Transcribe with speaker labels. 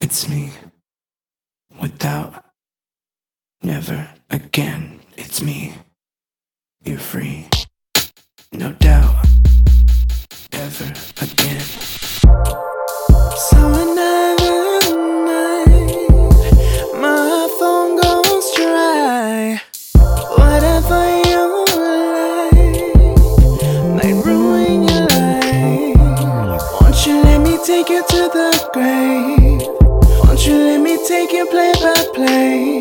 Speaker 1: hits me without never again. It's me. You're free. No doubt. Ever again. So another night, my phone goes dry. Whatever you like might ruin your life. Won't you let me take you to the grave? Won't you let me take you play by play?